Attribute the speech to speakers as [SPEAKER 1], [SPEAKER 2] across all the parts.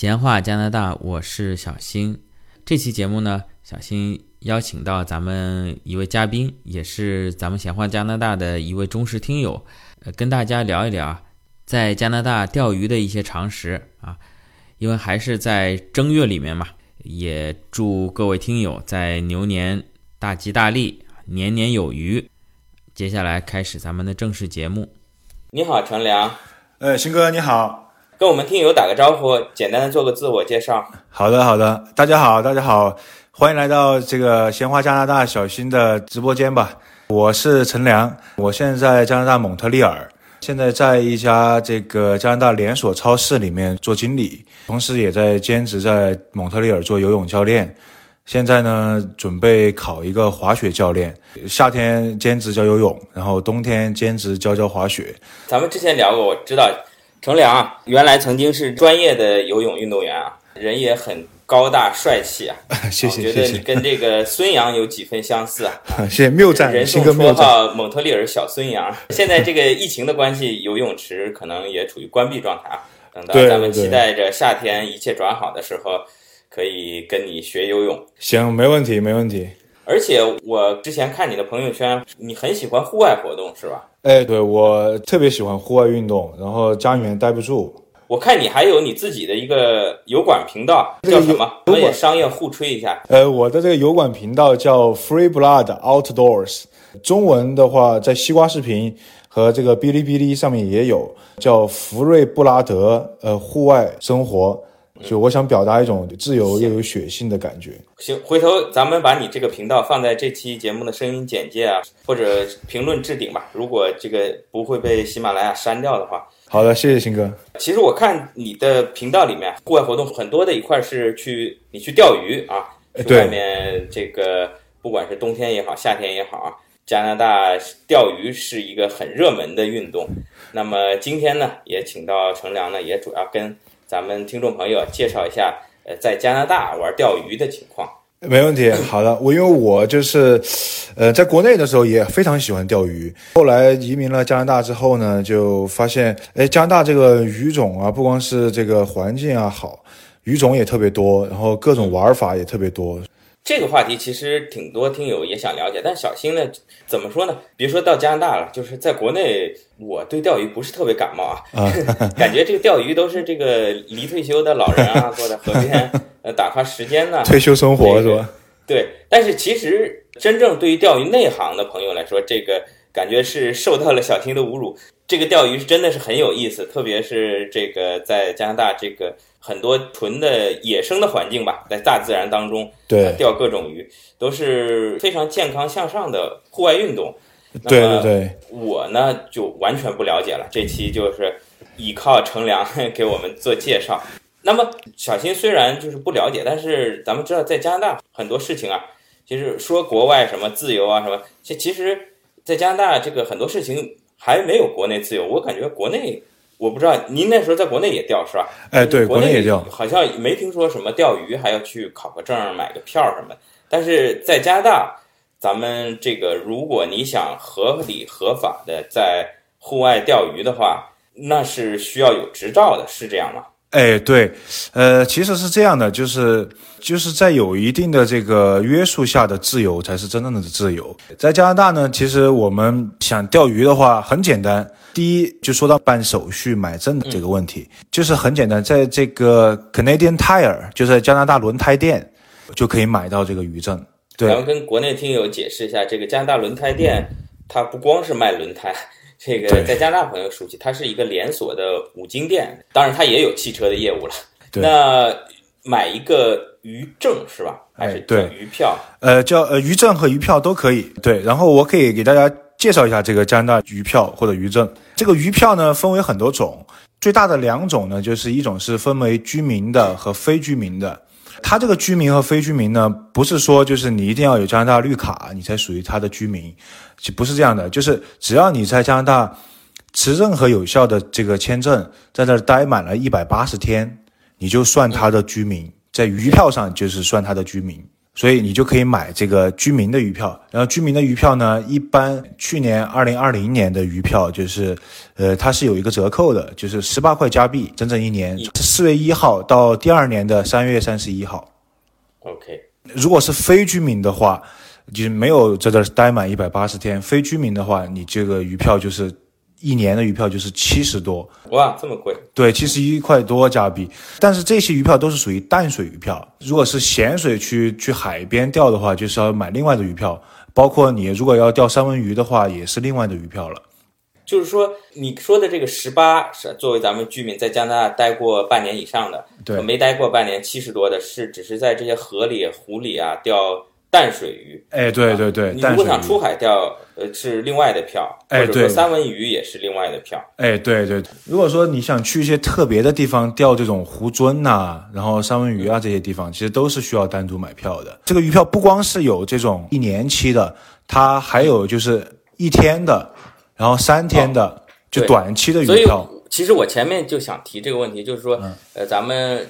[SPEAKER 1] 闲话加拿大，我是小新。这期节目呢，小新邀请到咱们一位嘉宾，也是咱们闲话加拿大的一位忠实听友，呃，跟大家聊一聊啊在加拿大钓鱼的一些常识啊。因为还是在正月里面嘛，也祝各位听友在牛年大吉大利，年年有余。接下来开始咱们的正式节目。你好，程良，
[SPEAKER 2] 哎，新哥你好，
[SPEAKER 1] 跟我们听友打个招呼，简单的做个自我介绍。
[SPEAKER 2] 好的好的，大家好大家好，欢迎来到这个鲜花加拿大小新的直播间吧，我是陈良，我现在在加拿大蒙特利尔，现在在一家这个加拿大连锁超市里面做经理，同时也在兼职在蒙特利尔做游泳教练，现在呢准备考一个滑雪教练，夏天兼职教游泳，然后冬天兼职教教滑雪，
[SPEAKER 1] 咱们之前聊过，我知道程良啊，原来曾经是专业的游泳运动员啊，人也很高大帅气啊。
[SPEAKER 2] 谢
[SPEAKER 1] 我
[SPEAKER 2] 谢
[SPEAKER 1] 觉
[SPEAKER 2] 谢
[SPEAKER 1] 得你
[SPEAKER 2] 谢
[SPEAKER 1] 跟这个孙杨有几分相似啊。
[SPEAKER 2] 谢谢谬赞
[SPEAKER 1] 人
[SPEAKER 2] 新
[SPEAKER 1] 送
[SPEAKER 2] 哥
[SPEAKER 1] 绰
[SPEAKER 2] 谬赞。
[SPEAKER 1] 号“蒙特利尔小孙杨”。现在这个疫情的关系，游泳池可能也处于关闭状态 啊。等到
[SPEAKER 2] 对
[SPEAKER 1] 咱们
[SPEAKER 2] 对
[SPEAKER 1] 期待着夏天一切转好的时候，可以跟你学游泳。
[SPEAKER 2] 行，没问题，没问题。
[SPEAKER 1] 而且我之前看你的朋友圈，你很喜欢户外活动是吧？
[SPEAKER 2] 哎，对我特别喜欢户外运动，然后家里面待不住。
[SPEAKER 1] 我看你还有你自己的一个油管频道，
[SPEAKER 2] 这个
[SPEAKER 1] 叫
[SPEAKER 2] 油
[SPEAKER 1] 什么？
[SPEAKER 2] 油
[SPEAKER 1] 我
[SPEAKER 2] 管
[SPEAKER 1] 们也商业互吹一下。
[SPEAKER 2] 呃，我的这个油管频道叫 Free Blood Outdoors，中文的话在西瓜视频和这个哔哩哔哩上面也有，叫福瑞布拉德呃户外生活。就我想表达一种自由又有血性的感觉。
[SPEAKER 1] 行，回头咱们把你这个频道放在这期节目的声音简介啊，或者评论置顶吧。如果这个不会被喜马拉雅删掉的话，
[SPEAKER 2] 好的，谢谢新哥。
[SPEAKER 1] 其实我看你的频道里面，户外活动很多的一块是去你去钓鱼啊，
[SPEAKER 2] 呃
[SPEAKER 1] 去
[SPEAKER 2] 对
[SPEAKER 1] 外面这个不管是冬天也好，夏天也好啊，加拿大钓鱼是一个很热门的运动。那么今天呢，也请到程良呢，也主要跟咱们听众朋友介绍一下，呃，在加拿大玩钓鱼的情况。
[SPEAKER 2] 没问题，好的，我因为我就是，呃，在国内的时候也非常喜欢钓鱼，后来移民了加拿大之后呢，就发现，哎，加拿大这个鱼种啊，不光是这个环境啊好，鱼种也特别多，然后各种玩法也特别多。
[SPEAKER 1] 这个话题其实挺多听友也想了解，但小新呢，怎么说呢？别说到加拿大了，就是在国内，我对钓鱼不是特别感冒啊， 感觉这个钓鱼都是这个离退休的老人啊，坐在河边呃打发时间呢、
[SPEAKER 2] 退休生活是吧？
[SPEAKER 1] 对，但是其实真正对于钓鱼内行的朋友来说，这个感觉是受到了小新的侮辱。这个钓鱼真的是很有意思，特别是这个在加拿大这个很多纯的野生的环境吧，在大自然当中。
[SPEAKER 2] 对，
[SPEAKER 1] 钓各种鱼，都是非常健康向上的户外运动。
[SPEAKER 2] 对
[SPEAKER 1] 那么
[SPEAKER 2] 对对，
[SPEAKER 1] 我呢就完全不了解了。这期就是倚靠程良 给我们做介绍。那么小新虽然就是不了解，但是咱们知道在加拿大很多事情啊，其实说国外什么自由啊什么，其其实，在加拿大这个很多事情还没有国内自由。我感觉国内，我不知道您那时候在国内也钓是吧？
[SPEAKER 2] 哎，对，国内也钓。
[SPEAKER 1] 好像没听说什么钓鱼还要去考个证儿、买个票什么的。但是在加拿大，咱们这个如果你想合理合法的在户外钓鱼的话，那是需要有执照的，是这样吗？
[SPEAKER 2] 哎，对，呃，其实是这样的，就是就是在有一定的这个约束下的自由才是真正的自由。在加拿大呢，其实我们想钓鱼的话很简单，第一就说到办手续、买证的这个问题，就是很简单，在这个 Canadian Tire，就是在加拿大轮胎店就可以买到这个鱼证。对
[SPEAKER 1] 咱，们跟国内听友解释一下，这个加拿大轮胎店，它不光是卖轮胎， 这个
[SPEAKER 2] 对
[SPEAKER 1] 在加拿大朋友熟悉，它是一个连锁的五金店，当然它也有汽车的业务了。
[SPEAKER 2] 对
[SPEAKER 1] 那买一个鱼证是吧？还是
[SPEAKER 2] 哎对
[SPEAKER 1] 鱼票？
[SPEAKER 2] 呃，叫呃鱼证和鱼票都可以。对，然后我可以给大家介绍一下这个加拿大鱼票或者鱼证。这个鱼票呢分为很多种，最大的两种呢，就是一种是分为居民的和非居民的。它这个居民和非居民呢，不是说就是你一定要有加拿大绿卡你才属于它的居民，其不是这样的，就是只要你在加拿大持任何有效的这个签证，在那儿待满了一百八十天，你就算他的居民，在鱼票上就是算他的居民。所以你就可以买这个居民的鱼票。然后居民的鱼票呢，一般去年二零二零年的鱼票就是，呃，它是有一个折扣的，就是十八块加币，整整一年，四月一号到第二年的三月三十一号。
[SPEAKER 1] OK，
[SPEAKER 2] 如果是非居民的话，就是没有在这儿待满一百八十天，非居民的话，你这个鱼票就是一年的鱼票就是七十多，
[SPEAKER 1] 哇，这么贵，
[SPEAKER 2] 对，七十一块多加币。但是这些鱼票都是属于淡水鱼票，如果是咸水区去海边钓的话，就是要买另外的鱼票，包括你如果要钓三文鱼的话，也是另外的鱼票了。
[SPEAKER 1] 就是说你说的这个十八是作为咱们居民在加拿大待过半年以上的，
[SPEAKER 2] 对
[SPEAKER 1] 没待过半年七十多的是只是在这些河里、湖里啊钓淡水鱼。
[SPEAKER 2] 哎，对对对，
[SPEAKER 1] 啊你如
[SPEAKER 2] 淡水
[SPEAKER 1] 果想出
[SPEAKER 2] 鱼。
[SPEAKER 1] 海钓，呃，是另外的票，
[SPEAKER 2] 哎
[SPEAKER 1] 或者说
[SPEAKER 2] 对
[SPEAKER 1] 三文鱼也是另外的票。
[SPEAKER 2] 哎，对对，如果说你想去一些特别的地方钓这种湖鳟呐、然后三文鱼啊这些地方，其实都是需要单独买票的。这个鱼票不光是有这种一年期的，它还有就是一天的，然后三天的，就
[SPEAKER 1] 哦对
[SPEAKER 2] 短期的嗯
[SPEAKER 1] 所
[SPEAKER 2] 鱼
[SPEAKER 1] 以
[SPEAKER 2] 票。
[SPEAKER 1] 其实我前面就想提这个问题，就是说，呃，咱们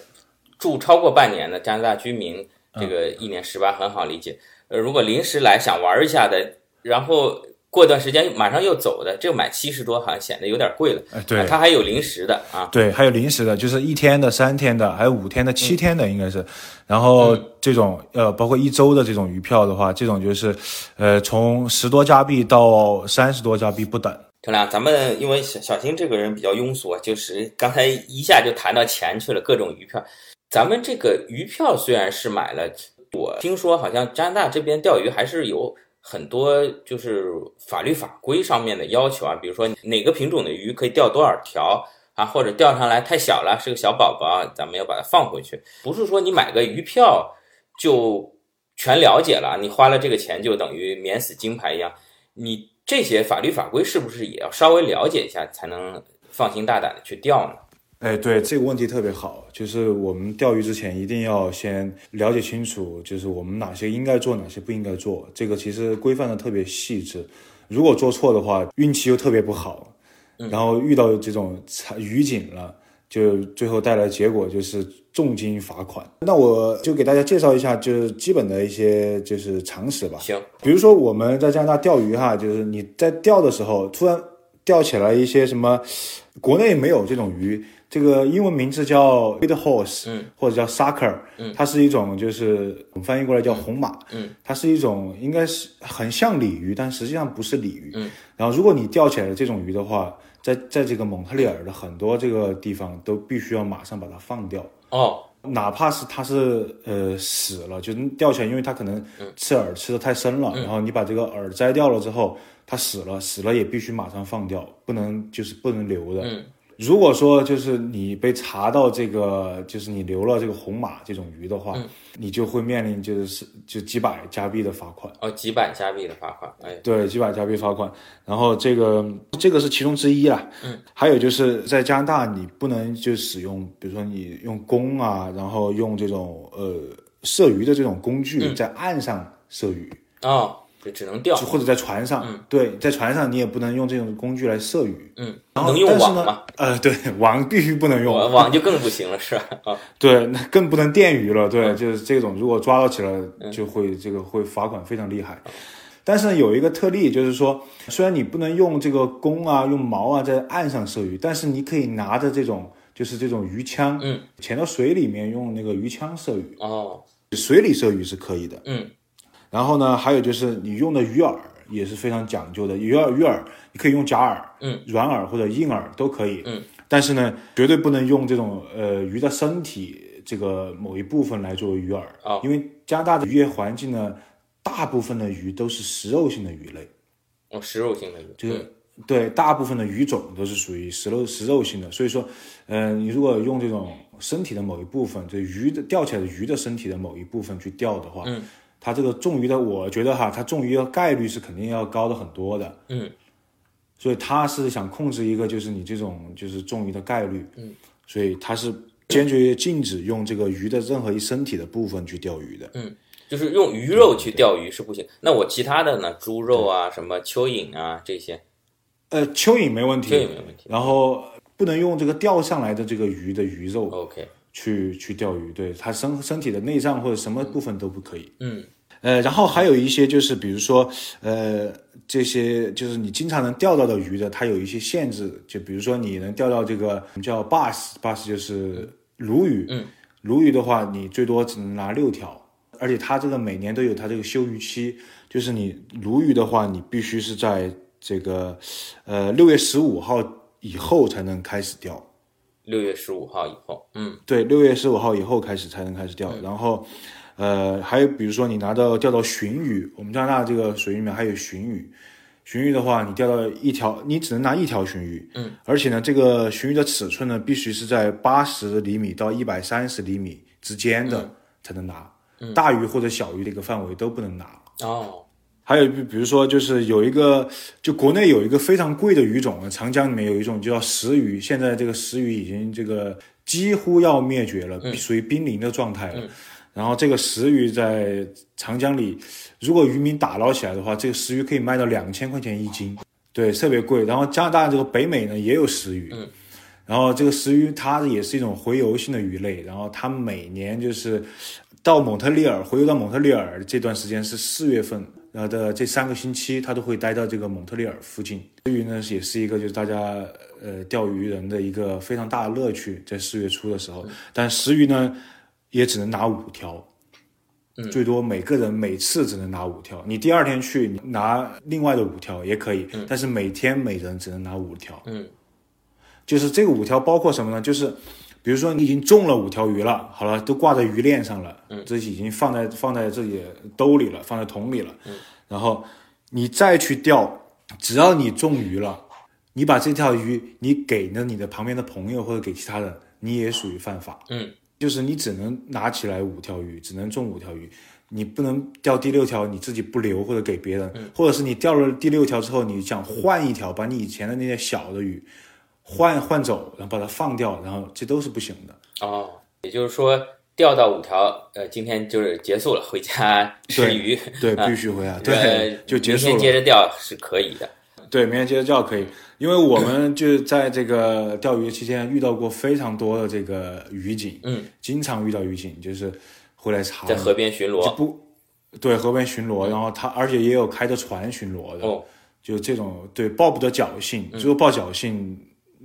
[SPEAKER 1] 住超过半年的加拿大居民，这
[SPEAKER 2] 嗯
[SPEAKER 1] 个一年十八很好理解。呃，如果临时来想玩一下的，然后过段时间马上又走的，这个买七十多好像显得有点贵了。
[SPEAKER 2] 哎，对
[SPEAKER 1] 啊，它还有临时的啊。
[SPEAKER 2] 对，还有临时的，就是一天的、三天的，还有五天的、七天的，应该是。然后这种呃，包括一周的这种鱼票的话，这种就是呃，从十多加币到三十多加币不等。
[SPEAKER 1] 陈亮，咱们因为小小新这个人比较庸俗啊，就是刚才一下就谈到钱去了，各种鱼票。咱们这个鱼票虽然是买了，我听说好像加拿大这边钓鱼还是有很多就是法律法规上面的要求啊，比如说哪个品种的鱼可以钓多少条啊，或者钓上来太小了是个小宝宝，咱们要把它放回去，不是说你买个鱼票就全了解了，你花了这个钱就等于免死金牌一样。你这些法律法规是不是也要稍微了解一下，才能放心大胆的去钓呢？
[SPEAKER 2] 哎，对这个问题特别好，就是我们钓鱼之前一定要先了解清楚，就是我们哪些应该做，哪些不应该做。这个其实规范的特别细致，如果做错的话，运气又特别不好，然后遇到这种惨雨景了，就最后带来结果就是重金罚款。那我就给大家介绍一下，就是基本的一些就是常识吧。
[SPEAKER 1] 行，
[SPEAKER 2] 比如说我们在加拿大钓鱼哈，就是你在钓的时候，突然钓起来一些什么，国内没有这种鱼，这个英文名字叫 bait horse，嗯，或者叫 sucker，嗯，它是一种就是我们翻译过来叫红马，嗯，它是一种应该是很像鲤鱼，但实际上不是鲤鱼，嗯，然后如果你钓起来的这种鱼的话，在在这个蒙特利尔的很多这个地方都必须要马上把它放掉。
[SPEAKER 1] 哦，
[SPEAKER 2] 哪怕是它是呃死了，就是掉起来，因为它可能吃饵吃的太深了，然后你把这个饵摘掉了之后，它死了，死了也必须马上放掉，不能就是不能留的。
[SPEAKER 1] 嗯
[SPEAKER 2] 如果说就是你被查到这个，就是你留了这个红马这种鱼的话，你就会面临就是就几百加币的罚款。
[SPEAKER 1] 哦，几百加币的罚款，哎，
[SPEAKER 2] 对，几百加币罚款。然后这个这个是其中之一啦。嗯，还有就是在加拿大，你不能就使用，比如说你用弓啊，然后用这种呃射鱼的这种工
[SPEAKER 1] 嗯
[SPEAKER 2] 具在岸上射鱼，
[SPEAKER 1] 哦，就只能钓
[SPEAKER 2] 就，或者在船上。对，在船上你也不能用这种工具来射鱼。
[SPEAKER 1] 嗯，
[SPEAKER 2] 然后
[SPEAKER 1] 能用
[SPEAKER 2] 但是
[SPEAKER 1] 网
[SPEAKER 2] 呢
[SPEAKER 1] 吗？
[SPEAKER 2] 呃，对，网必须不能用。
[SPEAKER 1] 网网就更不行了，是吧？啊，
[SPEAKER 2] 对，那更不能电鱼了。对，就是这种，如果抓到起来，就会这个会罚款非常厉害。但是呢，有一个特例，就是说，虽然你不能用这个弓啊、用矛啊在岸上射鱼，但是你可以拿着这种就是这种鱼枪，
[SPEAKER 1] 嗯，
[SPEAKER 2] 潜到水里面用那个鱼枪射鱼，
[SPEAKER 1] 哦，
[SPEAKER 2] 水里射鱼是可以的。
[SPEAKER 1] 嗯，
[SPEAKER 2] 然后呢，还有就是你用的鱼饵也是非常讲究的，鱼饵鱼饵你可以用假饵，
[SPEAKER 1] 嗯，
[SPEAKER 2] 软饵或者硬饵都可以，
[SPEAKER 1] 嗯，
[SPEAKER 2] 但是呢，绝对不能用这种呃鱼的身体这个某一部分来作为鱼饵，
[SPEAKER 1] 哦
[SPEAKER 2] 因为加拿大的渔业环境呢，大部分的鱼都是食肉性的鱼类，
[SPEAKER 1] 哦，食肉性的嗯鱼，
[SPEAKER 2] 就是、对大部分的鱼种都是属于食肉食肉性的，所以说，嗯、你如果用这种身体的某一部分，这鱼的钓起来的鱼的身体的某一部分去钓的话，
[SPEAKER 1] 嗯，
[SPEAKER 2] 它这个中鱼的，我觉得哈，它中鱼的概率是肯定要高的很多的，
[SPEAKER 1] 嗯，
[SPEAKER 2] 所以它是想控制一个就是你这种就是中鱼的概率，嗯，所以它是坚决禁止用这个鱼的任何一身体的部分去钓鱼
[SPEAKER 1] 嗯
[SPEAKER 2] 的，
[SPEAKER 1] 就是用鱼肉去钓鱼是不行。那我其他的呢？猪肉啊，什么蚯蚓啊这些，
[SPEAKER 2] 呃，蚯蚓没问
[SPEAKER 1] 这也
[SPEAKER 2] 题，
[SPEAKER 1] 没问题。哦
[SPEAKER 2] 然后不能用这个钓上来的这个鱼的鱼肉
[SPEAKER 1] OK，
[SPEAKER 2] 去去钓鱼，对它身身体的内脏或者什么部分都不可以。
[SPEAKER 1] 嗯，
[SPEAKER 2] 呃，然后还有一些就是比如说呃这些就是你经常能钓到的鱼的，它有一些限制，就比如说你能钓到这个叫 bass bass 就是鲈鱼，
[SPEAKER 1] 嗯，
[SPEAKER 2] 鲈鱼的话你最多只能拿六条。而且它这个每年都有它这个休渔期，就是你鲈鱼的话，你必须是在这个呃六月十五号以后才能开始钓。
[SPEAKER 1] 六月十五号以后，嗯
[SPEAKER 2] 对，六月十五号以后开始才能开始钓。然后，呃，还有比如说你拿到钓到鲟鱼，我们加拿大这个水域里面还有鲟鱼。鲟鱼的话，你钓到一条，你只能拿一条鲟鱼。
[SPEAKER 1] 嗯，
[SPEAKER 2] 而且呢，这个鲟鱼的尺寸呢，必须是在八十厘米到一百三十厘米之间的才能拿，大鱼或者小鱼这个范围都不能拿。
[SPEAKER 1] 哦，
[SPEAKER 2] 还有比比如说，就是有一个，就国内有一个非常贵的鱼种，长江里面有一种就叫石鱼，现在这个石鱼已经这个几乎要灭绝了，属于濒临的状态了。然后这个石鱼在长江里，如果渔民打捞起来的话，这个石鱼可以卖到两千块钱一斤，对，特别贵。然后加拿大这个北美呢也有石鱼，然后这个石鱼它也是一种洄游性的鱼类，然后它每年就是到蒙特利尔回游到蒙特利尔这段时间是四月份，然后的这三个星期，它都会待到这个蒙特利尔附近。这鱼呢也是一个就是大家呃钓鱼人的一个非常大的乐趣，在四月初的时候，但石鱼呢也只能拿五条。最多每个人每次只能拿五条，你第二天去你拿另外的五条也可以，但是每天每人只能拿五条。
[SPEAKER 1] 嗯
[SPEAKER 2] 就是这个五条包括什么呢？就是比如说你已经中了五条鱼了，好了，都挂在鱼链上了，嗯，这已经放在放在自己兜里了，放在桶里了，嗯，然后你再去钓，只要你中鱼了，你把这条鱼你给了你的旁边的朋友或者给其他人，你也属于犯法，
[SPEAKER 1] 嗯，
[SPEAKER 2] 就是你只能拿起来五条鱼，只能中五条鱼。你不能钓第六条，你自己不留或者给别人，或者是你钓了第六条之后，你想换一条，把你以前的那些小的鱼，换换走，然后把它放掉，然后这都是不行的。
[SPEAKER 1] 哦，也就是说钓到五条，呃，今天就是结束了，回家吃
[SPEAKER 2] 对
[SPEAKER 1] 鱼，
[SPEAKER 2] 对，
[SPEAKER 1] 啊
[SPEAKER 2] 必须回来，
[SPEAKER 1] 呃
[SPEAKER 2] 对， 就结束
[SPEAKER 1] 明
[SPEAKER 2] 了
[SPEAKER 1] 天。接着钓是可以的。
[SPEAKER 2] 对，明天接着钓可以，因为我们就在这个钓鱼期间遇到过非常多的这个渔警，
[SPEAKER 1] 嗯，
[SPEAKER 2] 经常遇到渔警，就是回来查
[SPEAKER 1] 在
[SPEAKER 2] 你
[SPEAKER 1] 河边
[SPEAKER 2] 嗯
[SPEAKER 1] 巡
[SPEAKER 2] 就
[SPEAKER 1] 逻。
[SPEAKER 2] 不对河边巡逻，然后他而且也有开着船巡逻的，
[SPEAKER 1] 哦，嗯
[SPEAKER 2] 就这种对抱不得侥幸，如果抱侥幸，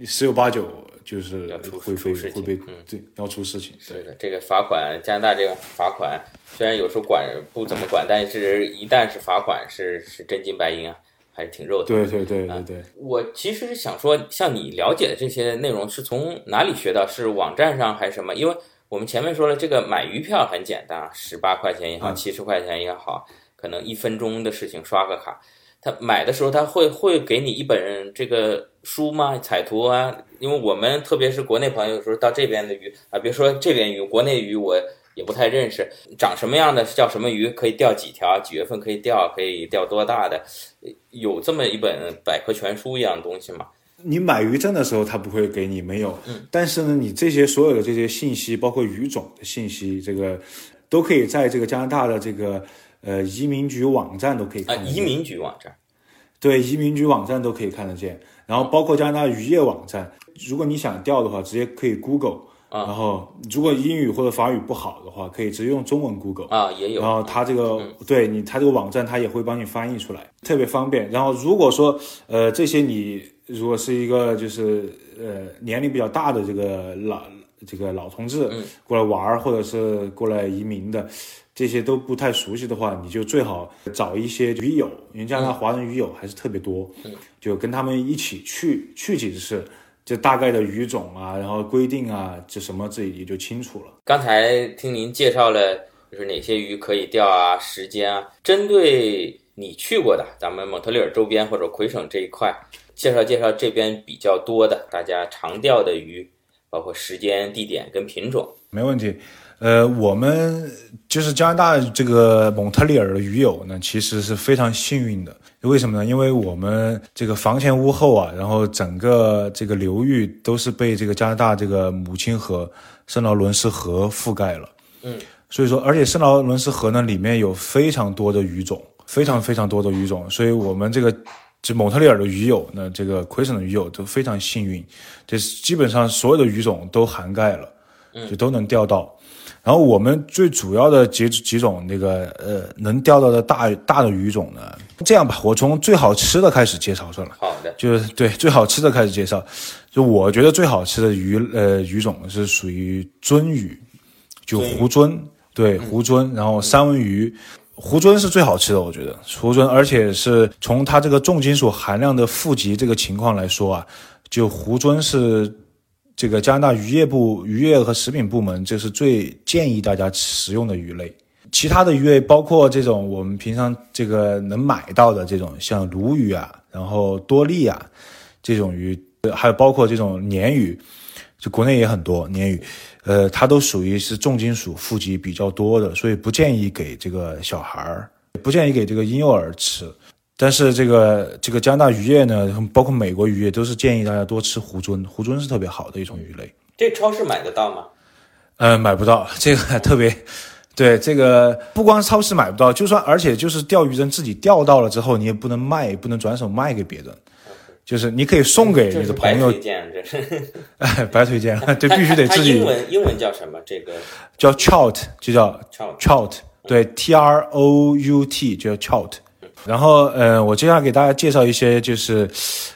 [SPEAKER 2] 十有八九就是
[SPEAKER 1] 要出
[SPEAKER 2] 会
[SPEAKER 1] 出
[SPEAKER 2] 被
[SPEAKER 1] 事
[SPEAKER 2] 会
[SPEAKER 1] 情
[SPEAKER 2] 被
[SPEAKER 1] 嗯
[SPEAKER 2] 对要出事情，对
[SPEAKER 1] 是的，这个罚款，加拿大这个罚款虽然有时候管不怎么管，但是一旦是罚款，是是真金白银啊，还是挺肉疼。
[SPEAKER 2] 对对对
[SPEAKER 1] 啊
[SPEAKER 2] 对对。
[SPEAKER 1] 我其实是想说，像你了解的这些内容是从哪里学到？是网站上还是什么？因为我们前面说了，这个买鱼票很简单，十八块钱也好，
[SPEAKER 2] 嗯
[SPEAKER 1] 七十块钱也好，可能一分钟的事情，刷个卡。他买的时候他会会给你一本这个书吗？彩图啊？因为我们特别是国内朋友，有时候到这边的鱼啊，别说这边鱼，国内鱼我也不太认识，长什么样的叫什么鱼，可以钓几条，几月份可以钓，可以钓多大的，有这么一本百科全书一样的东西吗？
[SPEAKER 2] 你买鱼证的时候，他不会给你没有，
[SPEAKER 1] 嗯
[SPEAKER 2] 但是呢，你这些所有的这些信息，包括鱼种的信息，这个都可以在这个加拿大的这个呃移民局网站都可以
[SPEAKER 1] 啊
[SPEAKER 2] 看，得见
[SPEAKER 1] 移民局网站，
[SPEAKER 2] 对移民局网站都可以看得见，然后包括加拿大渔业网站，如果你想钓的话，直接可以 Google，、
[SPEAKER 1] 啊
[SPEAKER 2] 然后如果英语或者法语不好的话，可以直接用中文 Google，
[SPEAKER 1] 啊，也有嗯
[SPEAKER 2] 然后它这个、对你，它这个网站它也会帮你翻译出来，特别方便。然后如果说呃这些你如果是一个就是呃年龄比较大的这个老这个老同志
[SPEAKER 1] 嗯
[SPEAKER 2] 过来玩儿、或者是过来移民的，这些都不太熟悉的话，你就最好找一些鱼友，因为加拿大华人鱼友还是特别多，
[SPEAKER 1] 嗯
[SPEAKER 2] 就跟他们一起去去几次。就大概的鱼种啊，然后规定啊，这什么自己也就清楚了。
[SPEAKER 1] 刚才听您介绍了，就是哪些鱼可以钓啊，时间啊。针对你去过的咱们蒙特利尔周边或者魁省这一块，介绍介绍这边比较多的大家常钓的鱼，包括时间、地点跟品种。
[SPEAKER 2] 没问题。呃，我们就是加拿大这个蒙特利尔的鱼友呢，其实是非常幸运的。为什么呢？因为我们这个房前屋后啊，然后整个这个流域都是被这个加拿大这个母亲河圣劳伦斯河覆盖了。所以说，而且圣劳伦斯河呢，里面有非常多的鱼种，非常非常多的鱼种，所以我们这个就蒙特利尔的鱼友呢，这个魁省的鱼友都非常幸运，这基本上所有的鱼种都涵盖了。就都能钓到。然后我们最主要的几几种那个呃能钓到的大大的鱼种呢，这样吧，我从最好吃的开始介绍算了。
[SPEAKER 1] 好的，
[SPEAKER 2] 就是对最好吃的开始介绍，就我觉得最好吃的鱼呃鱼种是属于鳟鱼，嗯就湖鳟，对湖鳟，然后三文鱼，湖鳟是最好吃的，我觉得湖鳟，而且是从它这个重金属含量的负极这个情况来说啊，就湖鳟是这个加拿大渔业部渔业和食品部门这是最建议大家食用的鱼类。其他的鱼类包括这种我们平常这个能买到的这种像鲈鱼啊，然后多利啊这种鱼，呃还有包括这种鲶鱼，就国内也很多鲶鱼，呃，它都属于是重金属负极比较多的，所以不建议给这个小孩儿，不建议给这个婴幼儿吃。但是这个这个加拿大渔业呢，包括美国渔业，都是建议大家多吃湖鳟，湖鳟是特别好的一种鱼类。
[SPEAKER 1] 这超市买得到吗？
[SPEAKER 2] 呃，买不到， 这个特别，对这个不光超市买不到，就算而且就是钓鱼人自己钓到了之后，你也不能卖，也不能转手卖给别人，就是你可以送给
[SPEAKER 1] 这
[SPEAKER 2] 你
[SPEAKER 1] 是
[SPEAKER 2] 的朋
[SPEAKER 1] 白
[SPEAKER 2] 友
[SPEAKER 1] 推，荐，这是
[SPEAKER 2] 哎， 白推荐了，对，必须得
[SPEAKER 1] 它它
[SPEAKER 2] 自
[SPEAKER 1] 它
[SPEAKER 2] 己
[SPEAKER 1] 英文英文叫什么？这个
[SPEAKER 2] 叫 trout，就叫
[SPEAKER 1] Trout
[SPEAKER 2] trout，对，T R O U T 就叫 trout。然后，呃，我接下来给大家介绍一些，就是，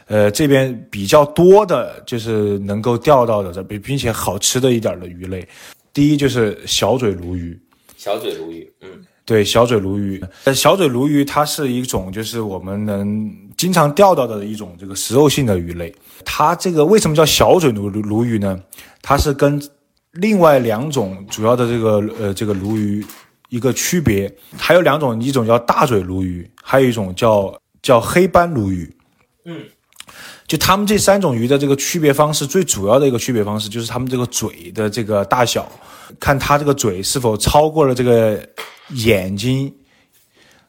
[SPEAKER 2] 呃，这边比较多的，就是能够钓到的，并并且好吃的一点的鱼类。第一就是小嘴鲈鱼，
[SPEAKER 1] 小嘴鲈鱼，嗯，
[SPEAKER 2] 对，小嘴鲈鱼，呃，小嘴鲈鱼它是一种就是我们能经常钓到的一种这个食肉性的鱼类。它这个为什么叫小嘴鲈鲈鱼呢？它是跟另外两种主要的这个呃这个鲈鱼一个区别，还有两种，一种叫大嘴鲈鱼，还有一种叫叫黑斑鲈鱼。
[SPEAKER 1] 嗯，
[SPEAKER 2] 就它们这三种鱼的这个区别方式，最主要的一个区别方式就是它们这个嘴的这个大小，看它这个嘴是否超过了这个眼睛。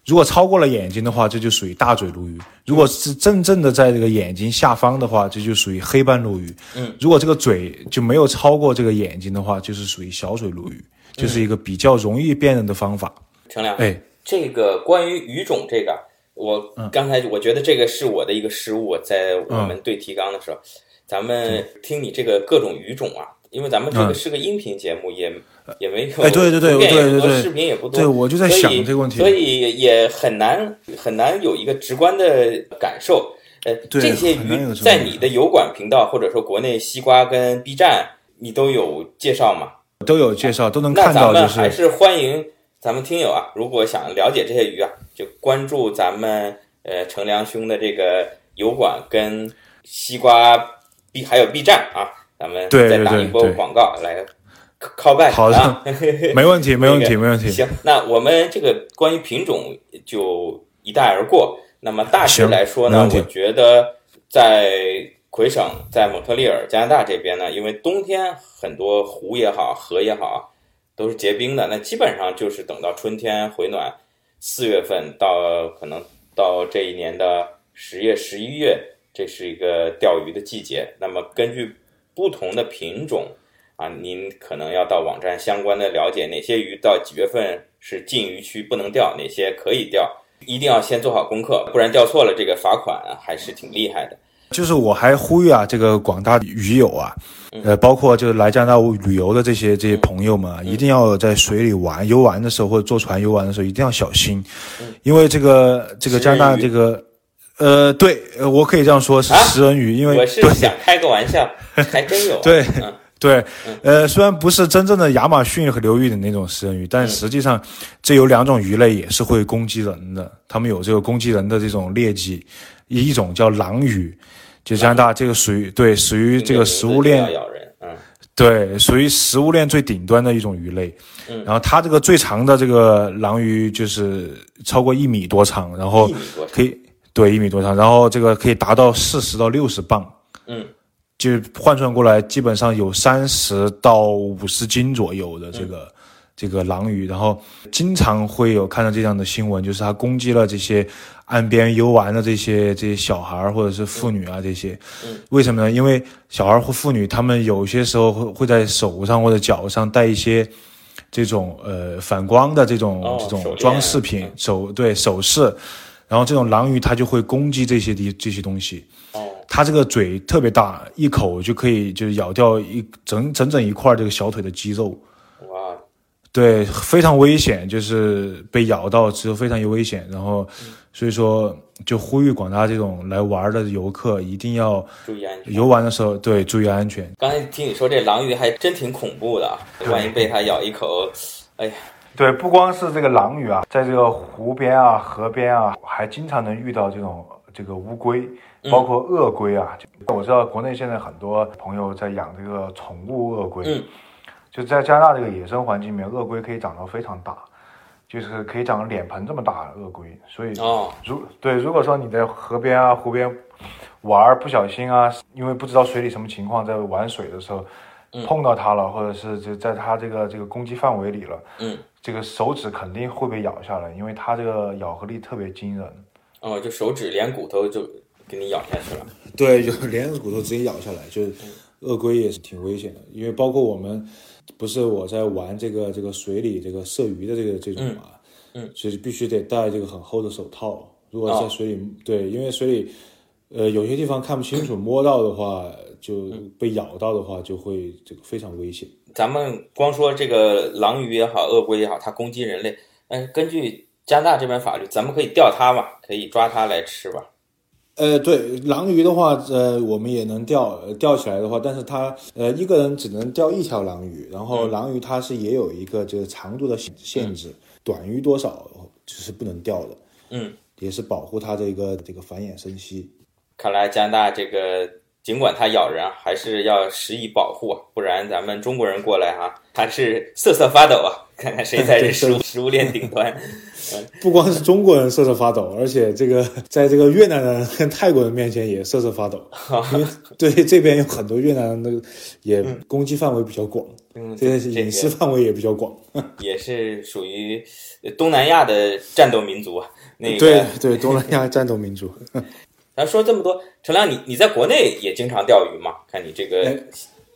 [SPEAKER 2] 如果超过了眼睛的话，这就属于大嘴鲈鱼；如果是真正的在这个眼睛下方的话，这就属于黑斑鲈鱼。
[SPEAKER 1] 嗯，
[SPEAKER 2] 如果这个嘴就没有超过这个眼睛的话，就是属于小嘴鲈鱼，就是一个比较容易辨认的方法。
[SPEAKER 1] 程亮，
[SPEAKER 2] 哎，
[SPEAKER 1] 这个关于语种这个，我
[SPEAKER 2] 嗯
[SPEAKER 1] 刚才我觉得这个是我的一个失误，在我们对提纲的时候，咱们听你这个各种语种啊，因为咱们这个
[SPEAKER 2] 嗯
[SPEAKER 1] 是个音频节目，也也没有
[SPEAKER 2] 哎对对对
[SPEAKER 1] 图
[SPEAKER 2] 对
[SPEAKER 1] 片也
[SPEAKER 2] 对
[SPEAKER 1] 不多
[SPEAKER 2] 对
[SPEAKER 1] 视频也不多，
[SPEAKER 2] 对，我就在想
[SPEAKER 1] 所以
[SPEAKER 2] 这个问题
[SPEAKER 1] 所。以也很难很难有一个直观的感受。呃，
[SPEAKER 2] 对
[SPEAKER 1] 这些
[SPEAKER 2] 很难有
[SPEAKER 1] 鱼
[SPEAKER 2] 直观
[SPEAKER 1] 在你的油管频道或者说国内西瓜跟 B 站，你都有介绍吗？
[SPEAKER 2] 都有介绍，都能
[SPEAKER 1] 那
[SPEAKER 2] 看
[SPEAKER 1] 咱
[SPEAKER 2] 到，就
[SPEAKER 1] 们
[SPEAKER 2] 是
[SPEAKER 1] 还是欢迎咱们听友啊，如果想了解这些鱼啊，就关注咱们呃程良兄的这个油管跟西瓜 B 还有 B 站啊，咱们
[SPEAKER 2] 对
[SPEAKER 1] 再打
[SPEAKER 2] 对
[SPEAKER 1] 一波
[SPEAKER 2] 对
[SPEAKER 1] 广告来 call back
[SPEAKER 2] 好的
[SPEAKER 1] 啊。
[SPEAKER 2] 没问题，没问题，
[SPEAKER 1] 那个
[SPEAKER 2] 没问题。
[SPEAKER 1] 行，那我们这个关于品种就一带而过。那么大致
[SPEAKER 2] 行
[SPEAKER 1] 来说
[SPEAKER 2] 没
[SPEAKER 1] 呢
[SPEAKER 2] 问，题
[SPEAKER 1] 我觉得在魁省，在蒙特利尔，加拿大这边呢，因为冬天很多湖也好、河也好都是结冰的，那基本上就是等到春天回暖，四月份到可能到这一年的十月、十一月，这是一个钓鱼的季节。那么根据不同的品种啊，您可能要到网站相关的了解哪些鱼到几月份是禁渔区不能钓，哪些可以钓，一定要先做好功课，不然钓错了这个罚款啊还是挺厉害的。
[SPEAKER 2] 就是我还呼吁啊，这个广大鱼友啊，
[SPEAKER 1] 嗯
[SPEAKER 2] 呃，包括就是来加拿大旅游的这些这些朋友
[SPEAKER 1] 嗯
[SPEAKER 2] 们啊，一定要在水里玩游玩的时候，或者坐船游玩的时候，一定要小心，因为这个这个
[SPEAKER 1] 嗯食人
[SPEAKER 2] 加
[SPEAKER 1] 鱼
[SPEAKER 2] 拿大这个，呃，对，呃我可以这样说是
[SPEAKER 1] 啊
[SPEAKER 2] 食人鱼，因为
[SPEAKER 1] 我是
[SPEAKER 2] 对
[SPEAKER 1] 想开个玩笑，还真有、啊。
[SPEAKER 2] 对
[SPEAKER 1] 嗯，
[SPEAKER 2] 对，呃，虽然不是真正的亚马逊流域的那种食人鱼，但实际上这有两种鱼类也是会攻击人的，它们有这个攻击人的这种劣迹，一一种叫狼鱼，就加拿大这个属于对属于这个食物链
[SPEAKER 1] 要咬人，嗯，
[SPEAKER 2] 对，属于食物链最顶端的一种鱼类。
[SPEAKER 1] 嗯
[SPEAKER 2] 然后它这个最长的这个狼鱼就是超过一米多长，然后
[SPEAKER 1] 一米多长
[SPEAKER 2] 可以对一米多长，然后这个可以达到四十到六十磅。
[SPEAKER 1] 嗯，
[SPEAKER 2] 就换算过来，基本上有三十到五十斤左右的这个、
[SPEAKER 1] 嗯
[SPEAKER 2] 这个狼鱼，然后经常会有看到这样的新闻，就是它攻击了这些岸边游玩的这些这些小孩儿或者是妇女
[SPEAKER 1] 嗯
[SPEAKER 2] 啊这些。为什么呢？因为小孩儿或妇女，他们有些时候会会在手上或者脚上带一些这种呃反光的这种、
[SPEAKER 1] 哦
[SPEAKER 2] 这
[SPEAKER 1] 手链
[SPEAKER 2] 种装饰品
[SPEAKER 1] 嗯、
[SPEAKER 2] 手对首饰，然后这种狼鱼它就会攻击这些地这些东西。
[SPEAKER 1] 哦，
[SPEAKER 2] 它这个嘴特别大，一口就可以就是咬掉一整整整一块这个小腿的肌肉，
[SPEAKER 1] 哇，
[SPEAKER 2] 对，非常危险，就是被咬到之后非常有危险。然后，所以说就呼吁广大这种来玩的游客一定要
[SPEAKER 1] 注意安全。
[SPEAKER 2] 游玩的时候对注意安全。
[SPEAKER 1] 刚才听你说这狼鱼还真挺恐怖的啊，万一被它咬一口，哎呀，
[SPEAKER 2] 对，不光是这个狼鱼啊，在这个湖边啊、河边啊，还经常能遇到这种这个乌龟，包括鳄龟啊。就我知道国内现在很多朋友在养这个宠物鳄龟，
[SPEAKER 1] 嗯
[SPEAKER 2] 就在加拿大这个野生环境里面，鳄龟可以长到非常大，就是可以长到脸盆这么大的鳄龟。所以，
[SPEAKER 1] 哦，
[SPEAKER 2] 如对，如果说你在河边啊、湖边玩儿不小心啊，因为不知道水里什么情况，在玩水的时候碰到它了，或者是就在它这个这个攻击范围里了。
[SPEAKER 1] 嗯，
[SPEAKER 2] 这个手指肯定会被咬下来，因为它这个咬合力特别惊人。
[SPEAKER 1] 哦，就手指连骨头就给你咬下去了。
[SPEAKER 2] 对，就 连着骨头直接咬下来，就是鳄龟也是挺危险的，因为包括我们，不是我在玩这个这个水里这个射鱼的这个这种嘛，
[SPEAKER 1] 嗯，
[SPEAKER 2] 所以必须得戴这个很厚的手套。如果
[SPEAKER 1] 哦
[SPEAKER 2] 在水里，对，因为水里，呃，有些地方看不清楚，摸到的话就
[SPEAKER 1] 嗯
[SPEAKER 2] 被咬到的话就会这个非常危险。
[SPEAKER 1] 咱们光说这个狼鱼也好，鳄龟也好，它攻击人类，嗯，根据加拿大这边法律，咱们可以钓它吧，可以抓它来吃吧。
[SPEAKER 2] 呃，对，狼鱼的话，呃，我们也能钓，呃钓起来的话，但是它，呃，一个人只能钓一条狼鱼，然
[SPEAKER 1] 嗯
[SPEAKER 2] 后狼鱼它是也有一个就是长度的限限制，短于多少就是不能钓的，
[SPEAKER 1] 嗯，
[SPEAKER 2] 也是保护它这个这个繁衍生息。
[SPEAKER 1] 看来加拿大这个，尽管它咬人啊，还是要施以保护啊，不然咱们中国人过来哈、还是瑟瑟发抖啊， 看看谁在这食物 食物链顶端。
[SPEAKER 2] 不光是中国人瑟瑟发抖，而且这个在这个越南人跟泰国人面前也瑟瑟发抖，因为 对这边有很多越南人的也攻击范围比较广，
[SPEAKER 1] 嗯，
[SPEAKER 2] 这个
[SPEAKER 1] 这
[SPEAKER 2] 隐私
[SPEAKER 1] 个
[SPEAKER 2] 范围也比较广。
[SPEAKER 1] 也是属于呃东南亚的战斗民族啊。那个，
[SPEAKER 2] 对对，东南亚战斗民 族。
[SPEAKER 1] 咱说这么多，陈亮，你你在国内也经常钓鱼嘛？看你这
[SPEAKER 2] 哎
[SPEAKER 1] 个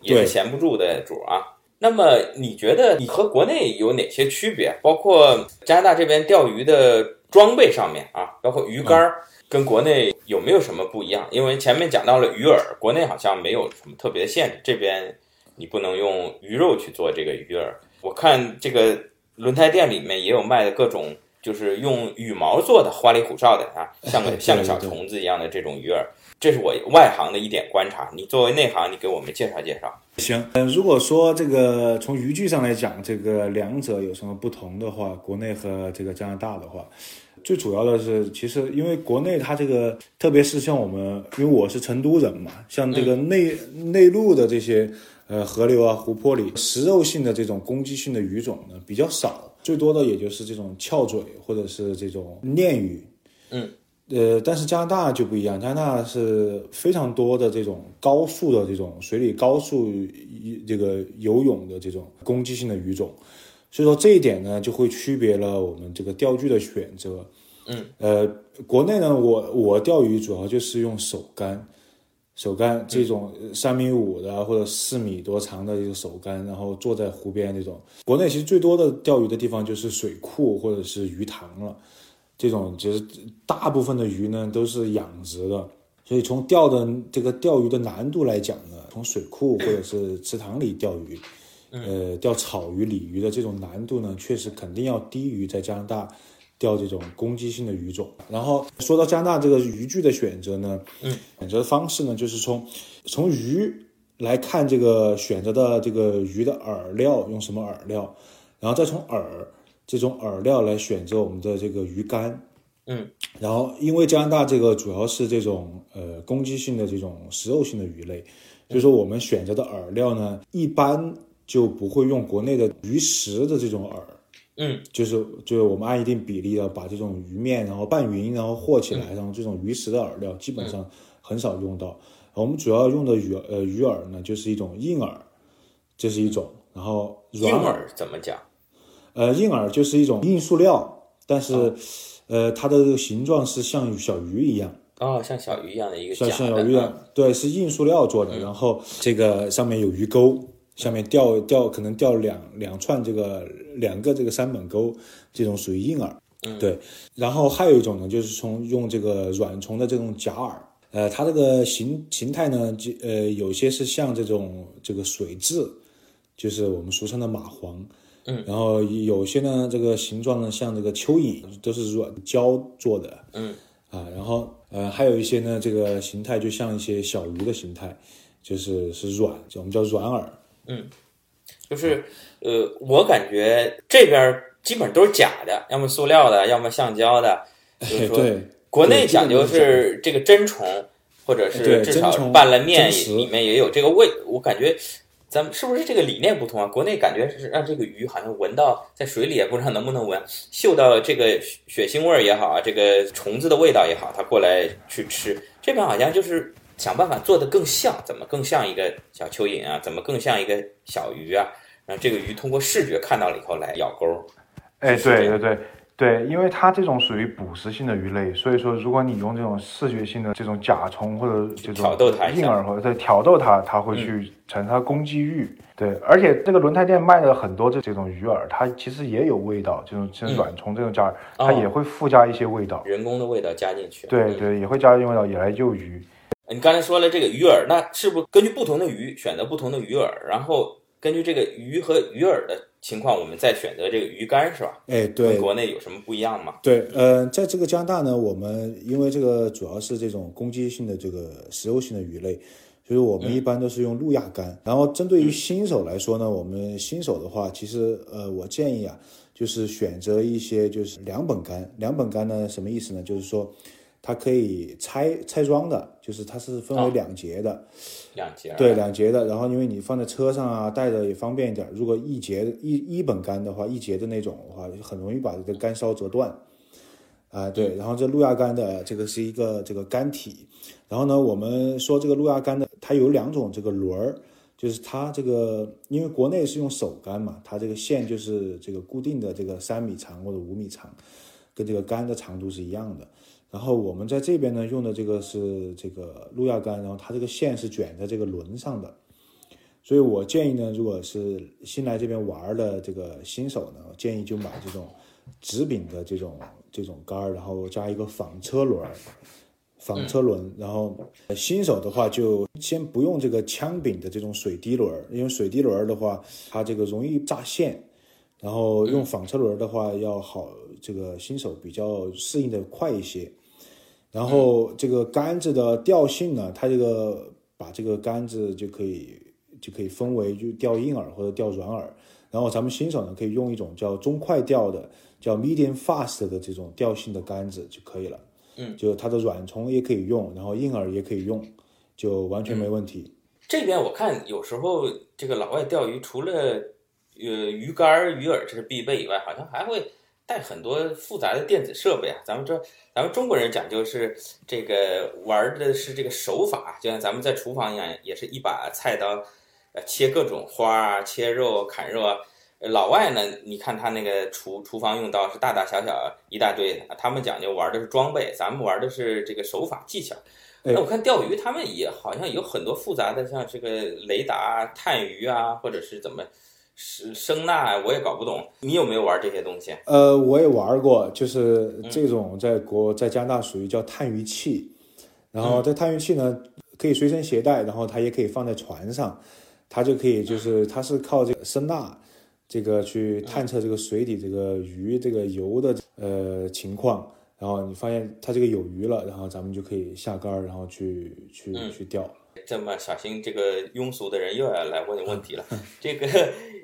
[SPEAKER 1] 也是
[SPEAKER 2] 对
[SPEAKER 1] 闲不住的主啊。那么你觉得你和国内有哪些区别？包括加拿大这边钓鱼的装备上面啊，包括鱼竿儿
[SPEAKER 2] 嗯
[SPEAKER 1] 跟国内有没有什么不一样？因为前面讲到了鱼饵，国内好像没有什么特别的限制，这边你不能用鱼肉去做这个鱼饵。我看这个轮胎店里面也有卖的各种，就是用羽毛做的花里胡哨的 啊，像个像个小
[SPEAKER 2] 对对
[SPEAKER 1] 虫子一样的这种鱼饵。这是我外行的一点观察，你作为内行，你给我们介绍介绍。
[SPEAKER 2] 行，嗯，如果说这个从渔具上来讲，这个两者有什么不同的话，国内和这个加拿大的话，最主要的是，其实因为国内它这个，特别是像我们，因为我是成都人嘛，像这个内、内陆的这些呃河流啊、湖泊里，食肉性的这种攻击性的鱼种呢比较少，最多的也就是这种翘嘴或者是这种鲶鱼，呃，但是加拿大就不一样，加拿大是非常多的这种高速的这种水里高速一这个游泳的这种攻击性的鱼种，所以说这一点呢就会区别了我们这个钓具的选择。嗯，呃，国内呢，我我钓鱼主要就是用手竿，手竿这种三米五的啊或者四米多长的这个手竿，然后坐在湖边这种。国内其实最多的钓鱼的地方就是水库或者是鱼塘了。这种其实大部分的鱼呢都是养殖的，所以从钓的这个钓鱼的难度来讲呢，从水库或者是池塘里钓鱼，呃，钓草鱼、鲤鱼的这种难度呢，确实肯定要低于在加拿大钓这种攻击性的鱼种。然后说到加拿大这个渔具的选择呢，嗯，选择方式呢，就是从从鱼来看这个选择的这个鱼的饵料用什么饵料，然后再从饵这种饵料来选择我们的这个鱼竿。
[SPEAKER 1] 嗯，
[SPEAKER 2] 然后因为加拿大这个主要是这种呃攻击性的这种食肉性的鱼类，所以说我们选择的饵料呢，一般就不会用国内的鱼食的这种饵，
[SPEAKER 1] 嗯，
[SPEAKER 2] 就是就是我们按一定比例的把这种鱼面，然后拌匀，然后和起
[SPEAKER 1] 嗯
[SPEAKER 2] 来，然后这种鱼食的饵料基本上很少用到。我们主要用的鱼呃鱼饵呢，就是一种硬饵，这是一种，然后
[SPEAKER 1] 嗯硬
[SPEAKER 2] 软
[SPEAKER 1] 饵怎么讲？
[SPEAKER 2] 呃，硬饵就是一种硬塑料，但是、呃它的这个形状是像小鱼一样。
[SPEAKER 1] 哦，像小鱼一样的一个
[SPEAKER 2] 像
[SPEAKER 1] 假
[SPEAKER 2] 像
[SPEAKER 1] 的嗯
[SPEAKER 2] 小鱼啊，对，是硬塑料做的，然后这个上面有鱼钩，下面钓钓可能钓两两串这个两个这个三本钩，这种
[SPEAKER 1] 嗯
[SPEAKER 2] 属于硬饵，对。然后还有一种呢，就是从用这个软虫的这种假饵，呃，它这个形形态呢，就呃有些是像这种这个水蛭，就是我们俗称的蚂蟥，
[SPEAKER 1] 嗯，
[SPEAKER 2] 然后有些呢这个形状呢像这个蚯蚓，都是软胶做的，
[SPEAKER 1] 嗯
[SPEAKER 2] 啊，然后呃还有一些呢这个形态就像一些小鱼的形态，就是是软，就我们叫软饵，
[SPEAKER 1] 就是呃，我感觉这边儿基本都是假的，要么塑料的，要么橡胶的。就 是
[SPEAKER 2] 哎，
[SPEAKER 1] 说
[SPEAKER 2] 对，
[SPEAKER 1] 国内
[SPEAKER 2] 对
[SPEAKER 1] 讲究
[SPEAKER 2] 基本都是
[SPEAKER 1] 是这个真虫，或者是
[SPEAKER 2] 对
[SPEAKER 1] 至少
[SPEAKER 2] 真虫
[SPEAKER 1] 拌了面
[SPEAKER 2] 真实
[SPEAKER 1] 里面也有这个味。我感觉咱们是不是这个理念不同啊？国内感觉是让这个鱼好像闻到在水里也不知道能不能闻，嗅到这个血腥味儿也好啊，这个虫子的味道也好，它过来去吃。这边好像就是想办法做的更像，怎么更像一个小蚯蚓啊？怎么更像一个小鱼啊？然后这个鱼通过视觉看到了以后来咬钩儿。
[SPEAKER 3] 哎，
[SPEAKER 1] 就是这
[SPEAKER 3] 对
[SPEAKER 1] 样
[SPEAKER 3] 对对对，因为它这种属于捕食性的鱼类，所以说如果你用这种视觉性的这种甲虫或者这种
[SPEAKER 1] 挑逗它一嗯下
[SPEAKER 3] 硬饵或者对挑逗它，它会去产生它攻击欲。对，而且这个轮胎店卖的很多这这种鱼饵，它其实也有味道，这种像
[SPEAKER 1] 嗯
[SPEAKER 3] 软虫这种甲饵，
[SPEAKER 1] 哦嗯
[SPEAKER 3] 它也会附加一些味道。
[SPEAKER 1] 人工的味道加进去，
[SPEAKER 3] 对
[SPEAKER 1] 嗯
[SPEAKER 3] 对，也会加一些味道，也来诱鱼。
[SPEAKER 1] 你刚才说了这个鱼饵，那是不是根据不同的鱼选择不同的鱼饵，然后根据这个鱼和鱼饵的情况，我们再选择这个鱼竿是吧？
[SPEAKER 2] 哎对
[SPEAKER 1] 跟，国内有什么不一样吗？
[SPEAKER 2] 对，呃，在这个加拿大呢，我们因为这个主要是这种攻击性的这个食肉性的鱼类，所以我
[SPEAKER 1] 嗯
[SPEAKER 2] 们一般都是用路亚竿。然后针对于新手来说呢，我们新手的话，其实呃，我建议啊，就是选择一些就是两本竿。两本竿呢，什么意思呢？就是说它可以拆拆装的，就是它是分为
[SPEAKER 1] 哦
[SPEAKER 2] 两节的。
[SPEAKER 1] 两节儿啊
[SPEAKER 2] 对，两节的。然后因为你放在车上啊，带着也方便一点。如果一节一一本杆的话，一节的那种的话，很容易把这个杆梢折断。啊、对。然后这路亚杆的这个是一个这个杆体。然后呢，我们说这个路亚杆的，它有两种这个轮儿，就是它这个因为国内是用手杆嘛，它这个线就是这个固定的这个三米长或者五米长，跟这个杆的长度是一样的。然后我们在这边呢用的这个是这个路亚杆，然后它这个线是卷在这个轮上的，所以我建议呢，如果是新来这边玩儿的这个新手呢，我建议就买这种直柄的这种这种杆儿，然后加一个纺车轮儿，纺车轮。然后呃新手的话就先不用这个枪柄的这种水滴轮儿，因为水滴轮儿的话，它这个容易炸线。然后用纺车轮儿的话要好，这个新手比较适应的快一些。然后这个杆子的调性呢，它这个把这个杆子就可以就可以分为就钓硬饵或者钓软饵。然后咱们新手呢可以用一种叫中快钓的，叫 medium fast 的这种调性的杆子就可以了。
[SPEAKER 1] 嗯，
[SPEAKER 2] 就它的软虫也可以用，然后硬饵也可以用，就完全没问题。
[SPEAKER 1] 这边我看有时候这个老外钓鱼，除了呃鱼竿儿、鱼饵这是必备以外，好像还会带很多复杂的电子设备啊。咱们这咱们中国人讲究是这个玩儿的是这个手法，就像咱们在厨房一样，也是一把菜刀，呃，切各种花啊、切肉、砍肉啊。呃老外呢，你看他那个厨厨房用刀是大大小小一大堆的，他们讲究玩的是装备，咱们玩的是这个手法技巧。
[SPEAKER 2] 哎
[SPEAKER 1] 那我看钓鱼，他们也好像有很多复杂的，像这个雷达啊、探鱼啊，或者是怎么声声呐啊，我也搞不懂。你有没有玩这些东西？啊
[SPEAKER 2] 呃，我也玩过，就是这种在国在加拿大属于叫探鱼器，然后这探鱼器呢可以随身携带，然后它也可以放在船上，它就可以就是它是靠这个声呐，这个去探测这个水底这个鱼这个游的呃情况，然后你发现它这个有鱼了，然后咱们就可以下竿儿，然后去去
[SPEAKER 1] 嗯
[SPEAKER 2] 去钓。
[SPEAKER 1] 这么小心，这个庸俗的人又要来问你问题
[SPEAKER 2] 嗯
[SPEAKER 1] 了。 这个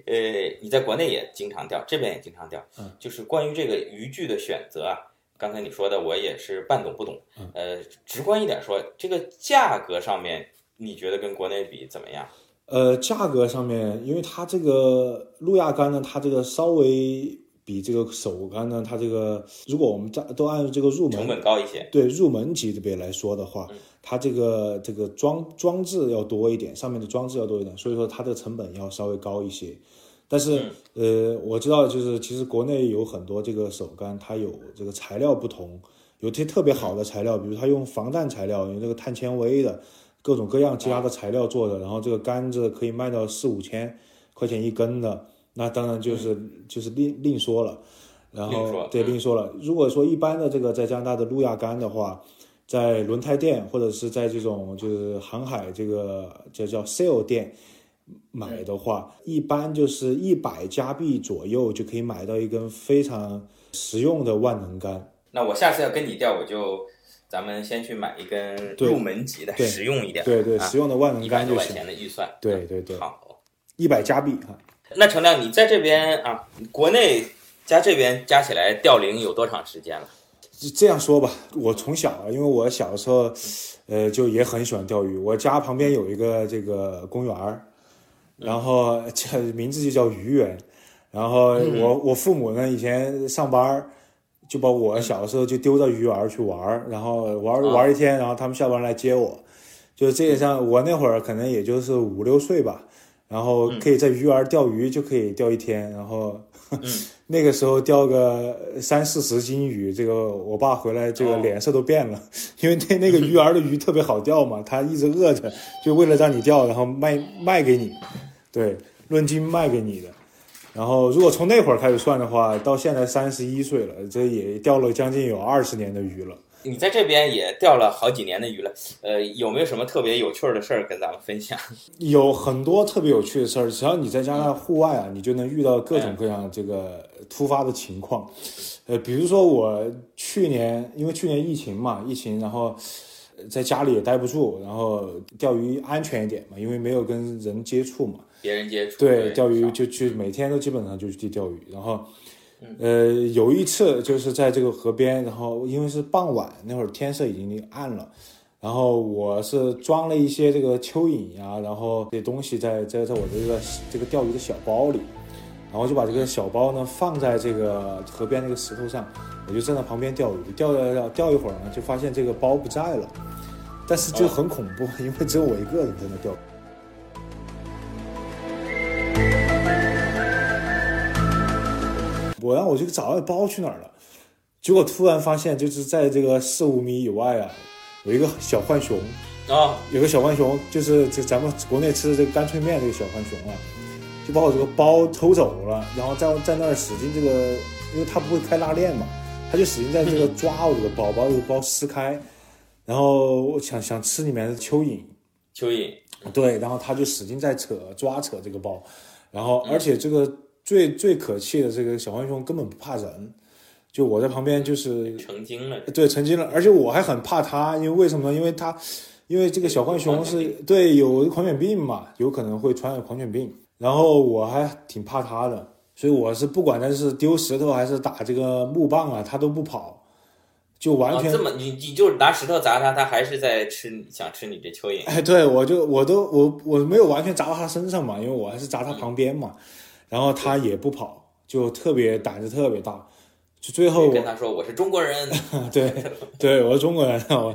[SPEAKER 1] 呃，你在国内也经常钓，这边也经常钓，
[SPEAKER 2] 嗯
[SPEAKER 1] 就是关于这个渔具的选择啊。刚才你说的，我也是半懂不懂。
[SPEAKER 2] 嗯
[SPEAKER 1] 呃，直观一点说，这个价格上面，你觉得跟国内比怎么样？
[SPEAKER 2] 呃，价格上面，因为它这个路亚杆呢，它这个稍微比这个手杆呢，它这个如果我们在都按这个入
[SPEAKER 1] 成
[SPEAKER 2] 门
[SPEAKER 1] 本高一些。
[SPEAKER 2] 对入门级这边来说的话，它这个这个装装置要多一点，上面的装置要多一点，所以说它的成本要稍微高一些。但是、呃，我知道就是其实国内有很多这个手杆，它有这个材料不同，有些特别好的材料，比如它用防弹材料，有这个碳纤维的，各种各样其他的材料做的，然后这个杆子可以卖到四五千块钱一根的，那当然就是、就是另另说了。然
[SPEAKER 1] 嗯另说
[SPEAKER 2] 后对
[SPEAKER 1] 嗯
[SPEAKER 2] 另说了，如果说一般的这个在加拿大的路亚杆的话，在轮胎店或者是在这种就是航海这个这叫 sale 店
[SPEAKER 1] 嗯
[SPEAKER 2] 买的话，一般就是一百加币左右就可以买到一根非常实用的万能杆。
[SPEAKER 1] 那我下次要跟你调，我就咱们先去买一根
[SPEAKER 2] 对
[SPEAKER 1] 入门级的，
[SPEAKER 2] 对
[SPEAKER 1] 实用一点，
[SPEAKER 2] 对对，
[SPEAKER 1] 啊
[SPEAKER 2] 实用的万能
[SPEAKER 1] 一百
[SPEAKER 2] 杆
[SPEAKER 1] 多
[SPEAKER 2] 就
[SPEAKER 1] 块
[SPEAKER 2] 行
[SPEAKER 1] 钱。的预算，啊
[SPEAKER 2] 对对对，
[SPEAKER 1] 好。
[SPEAKER 2] 一百加币啊，
[SPEAKER 1] 那程亮，你在这边啊，国内加这边加起来调龄有多长时间了？
[SPEAKER 2] 就这样说吧，我从小啊，因为我小时候，呃，就也很喜欢钓鱼。我家旁边有一个这个公园儿，然后这名字就叫鱼园。然后
[SPEAKER 1] 嗯
[SPEAKER 2] 我我父母呢以前上班儿，就把我小时候就丢到鱼园儿去玩儿，然后玩儿
[SPEAKER 1] 嗯啊嗯
[SPEAKER 2] 玩儿一天，然后他们下班来接我。就这个像我那会儿可能也就是五六岁吧，然后
[SPEAKER 1] 嗯
[SPEAKER 2] 可以在鱼园儿钓鱼就可以钓一天，然后 那个时候钓个三四十斤鱼，这个我爸回来这个
[SPEAKER 1] 哦
[SPEAKER 2] 脸色都变了， 因为那那个鱼饵的鱼特别好钓嘛，他一直饿着，就为了让你钓，然后卖卖给你，对，论斤卖给你的。然后如果从那会儿开始算的话，到现在三十一岁了，这也钓了将近有二十年的鱼了。
[SPEAKER 1] 你在这边也钓了好几年的鱼了，呃，有没有什么特别有趣儿的事儿跟咱们分享？
[SPEAKER 2] 有很多特别有趣的事儿，只要你在加拿大户外啊，你就能遇到各种各样这个突发的情况。呃，比如说我去年，因为去年疫情嘛，疫情，然后呃在家里也待不住，然后钓鱼安全一点嘛，因为没有跟人接触嘛。
[SPEAKER 1] 别人接触
[SPEAKER 2] 对，钓鱼
[SPEAKER 1] 少
[SPEAKER 2] 就去每天都基本上就去钓鱼，然后，呃，有一次就是在这个河边，然后因为是傍晚那会儿天色已经暗了，然后我是装了一些这个蚯蚓呀、然后这东西在在在我这个这个钓鱼的小包里，然后就把这个小包呢放在这个河边那个石头上，我就站在旁边钓鱼，钓钓钓钓一会儿呢，就发现这个包不在了，但是就很恐怖，因为只有我一个人在那钓鱼。我让我去找那包去哪儿了，结果突然发现就是在这个四五米以外啊，有一个小浣熊，
[SPEAKER 1] 哦，
[SPEAKER 2] 有个小浣熊，就是这咱们国内吃的这个干脆面这个小浣熊啊，就把我这个包偷走了，然后在在那儿使劲这个，因为它不会开拉链嘛，它就使劲在这个抓我这个包，把我这个包撕开，然后我想想吃里面的蚯蚓，
[SPEAKER 1] 蚯蚓，
[SPEAKER 2] 对，然后他就使劲在扯抓扯这个包，然后
[SPEAKER 1] 嗯
[SPEAKER 2] 而且这个最最可气的这个小浣熊根本不怕人，就我在旁
[SPEAKER 1] 嗯
[SPEAKER 2] 边就是
[SPEAKER 1] 成精了，
[SPEAKER 2] 对成精了，而且我还很怕它，因为为什么呢？因为它因为这个小浣熊
[SPEAKER 1] 狂
[SPEAKER 2] 是
[SPEAKER 1] 犬
[SPEAKER 2] 对有狂犬病嘛，有可能会传染狂犬病，然后我还挺怕它的，所以我是不管它是丢石头还是打这个木棒啊，它都不跑，就完
[SPEAKER 1] 啊，
[SPEAKER 2] 全
[SPEAKER 1] 这么你你就是拿石头砸它，它还是在吃你想吃你这蚯蚓，
[SPEAKER 2] 哎，对我就我都我我没有完全砸到他身上嘛，因为我还是砸他旁边嘛，然后他也不跑，就特别胆子特别大，就最后
[SPEAKER 1] 跟他说我是中国人，
[SPEAKER 2] 对对，我是中国人，我